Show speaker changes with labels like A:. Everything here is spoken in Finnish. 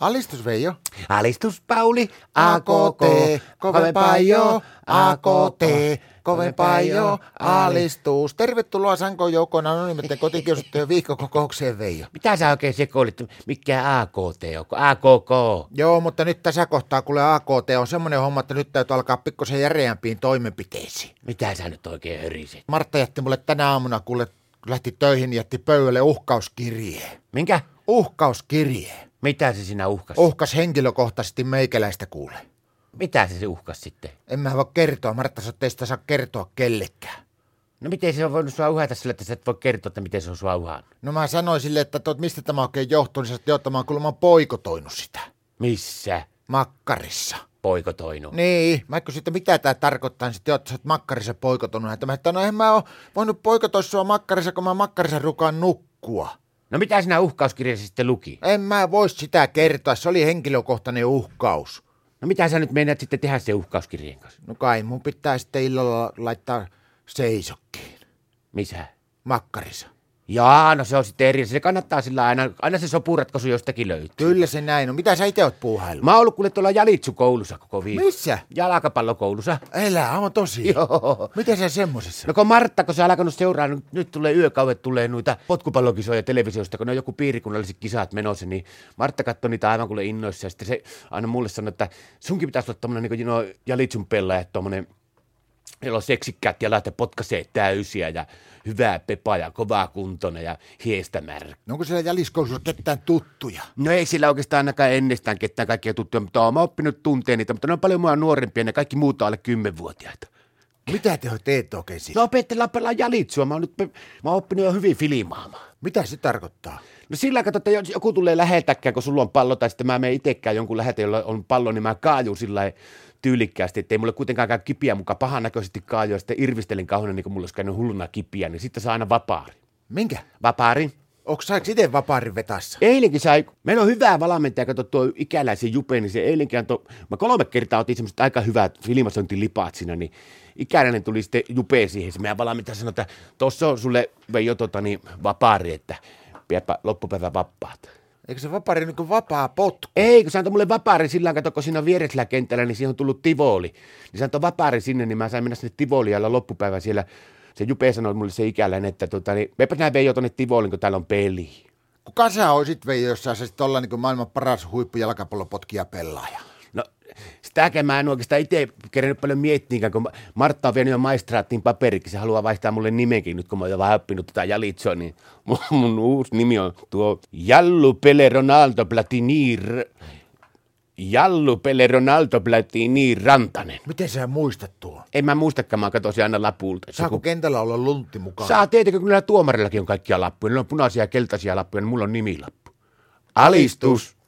A: Alistus Veijo.
B: Alistus Pauli,
A: AKT, kovempaa jo, AKT, kovempaa jo, alistus. Tervetuloa Sanko Joukkoon anonymitten kotikiusattujen viikkokokoukseen Veijo.
B: Mitä sä oikein sekoilit? Mikä AKT on? AKK?
A: Joo, mutta nyt tässä kohtaa kuule AKT on semmoinen homma, että nyt täytyy alkaa pikkusen järeämpiin toimenpiteisiin.
B: Mitä sä nyt oikein hörisit?
A: Martta jätti mulle tänä aamuna, kuule lähti töihin, jätti pöydälle uhkauskirje.
B: Minkä?
A: Uhkauskirje.
B: Mitä se sinä uhkasi?
A: Uhkas henkilökohtaisesti meikäläistä kuule.
B: Mitä se, se uhkasi sitten?
A: En mä voi kertoa, Martta, sä oot teistä saa kertoa kellekään.
B: No miten se on voinut sua uhata sillä, että sä et voi kertoa, että miten se on sua uhannut?
A: No mä sanoin sille, että tot, mistä tämä oikein johtuu, niin sä oot, mä oon kuulemma poikotoinut sitä.
B: Missä?
A: Makkarissa.
B: Poikotoinu.
A: Niin, mä kysyin, että mitä tämä tarkoittaa, niin sitten joo, että sä oot makkarissa poikotonut. Että mä että no en mä oo voinut poikotoa sua makkarissa, kun mä makkarissa rukaan nukkua.
B: No mitä sinä uhkauskirjassa sitten luki?
A: En mä vois sitä kertoa, se oli henkilökohtainen uhkaus.
B: No mitä sä nyt meinaat sitten tehdä sen uhkauskirjeen kanssa?
A: No kai mun pitää sitten illalla laittaa seisokkiin.
B: Missä?
A: Makkarissa.
B: Jaa, no se on sitten eri. asia. Se kannattaa sillä aina, aina se sopuratkaisu jostakin löytyy.
A: Kyllä se näin on. Mitä sä itse oot puuhailu?
B: Mä oon ollut kuule tuolla Jalitsu-koulussa koko viikon.
A: Missä?
B: Jalkapallokoulussa.
A: Elää, aivan tosi.
B: Joo.
A: Miten sä semmosessa?
B: No kun Martta, kun sä alkanut seuraa, niin nyt tulee yökauet, tulee noita potkupallokisoja televisiosta, kun ne on joku piirikunnalliset kisat menossa, niin Martta katsoi niitä aivan kuule innoissa, ja sitten se aina mulle sanoi, että sunkin pitäisi olla tommonen niin no, jalitsun pelaaja, tommonen, jolla on seksikkäät jalat ja potkasee täysiä ja hyvää pepaa ja kovaa kuntona ja hiestä märkä.
A: No onko siellä jäliskousussa ketään tuttuja?
B: No ei sillä oikeastaan ainakaan ennestään ketään kaikkia tuttuja, mutta oon mä oppinut tuntea niitä, mutta ne on paljon mua nuorempia, ne kaikki muuta alle 10-vuotiaita.
A: Mitä te teette oikein siis?
B: No opettellaan pelaa jalitsua, mä oon nyt mä oon oppinut jo hyvin filmaamaan.
A: Mitä se tarkoittaa?
B: No sillä kato, että jos joku tulee läheltäkään, kun sulla on pallo, tai sitten mä menen itsekään jonkun lähetä, jolla on pallo, niin mä kaajun sillä lailla tyylikkäästi, ettei mulle kuitenkaan käy kipiä mukaan pahan näköisesti kaaju, ja sitten irvistelen kauheena, niin kuin mulla olisi käynyt hulluna kipiä, niin sitten saa aina vapaari.
A: Minkä?
B: Vapaari.
A: Onko sä itse vapaarin vetassa?
B: Eilenkin sai, meillä on hyvää valmentaja, kato tuo ikäläisen Jupe, niin se eilenkin antoi, mä kolme kertaa otin semmoiset aika hyvät filmasointilipaat siinä, niin ikäinen tuli sitten Jupe siihen, se meidän valmentaja sanoi, että tossa on sulle Veijo tota, niin vapaari, että pidäpä loppupäivä vapaat.
A: Eikö se vapaari niin kuin vapaa potku?
B: Ei, kun se antoi mulle vapaari sillä tavalla, kun siinä on viereisellä kentällä, niin siihen on tullut Tivoli. Niin se antoi vapaari sinne, niin mä sain mennä sinne Tivoliin ja olla loppupäivä siellä. Se Jupe sanoi mulle se ikäläinen, että tota, niin, meipä nää Veijo tonne Tivoliin, kun täällä on peli.
A: Kuka sä oisit Veijo, jos sä olisit olla niin kuin maailman paras huippujalkapallopotkija pelaaja?
B: No, sitäkään mä en oikeastaan itse kerennyt paljon miettiinkään, kun Martta on vienyt jo maistraattiin paperikin. Se haluaa vaihtaa mulle nimenkin nyt, kun mä oon jo vähän oppinut tätä Jalitsoa, niin mun, mun uusi nimi on tuo Jallu Pele Ronaldo Platini... R- Jallu Pele Ronaldo Platini Rantanen.
A: Miten sä muistat tuon?
B: En mä muistakaan, mä katsoin sen aina lapulta. Se
A: Saako kentällä olla luntti mukaan?
B: Saa tietenkin, kun näillä tuomarillakin on kaikkia lappuja. Niillä on punaisia ja keltaisia lappuja, niin mulla on nimilappu. Alistus!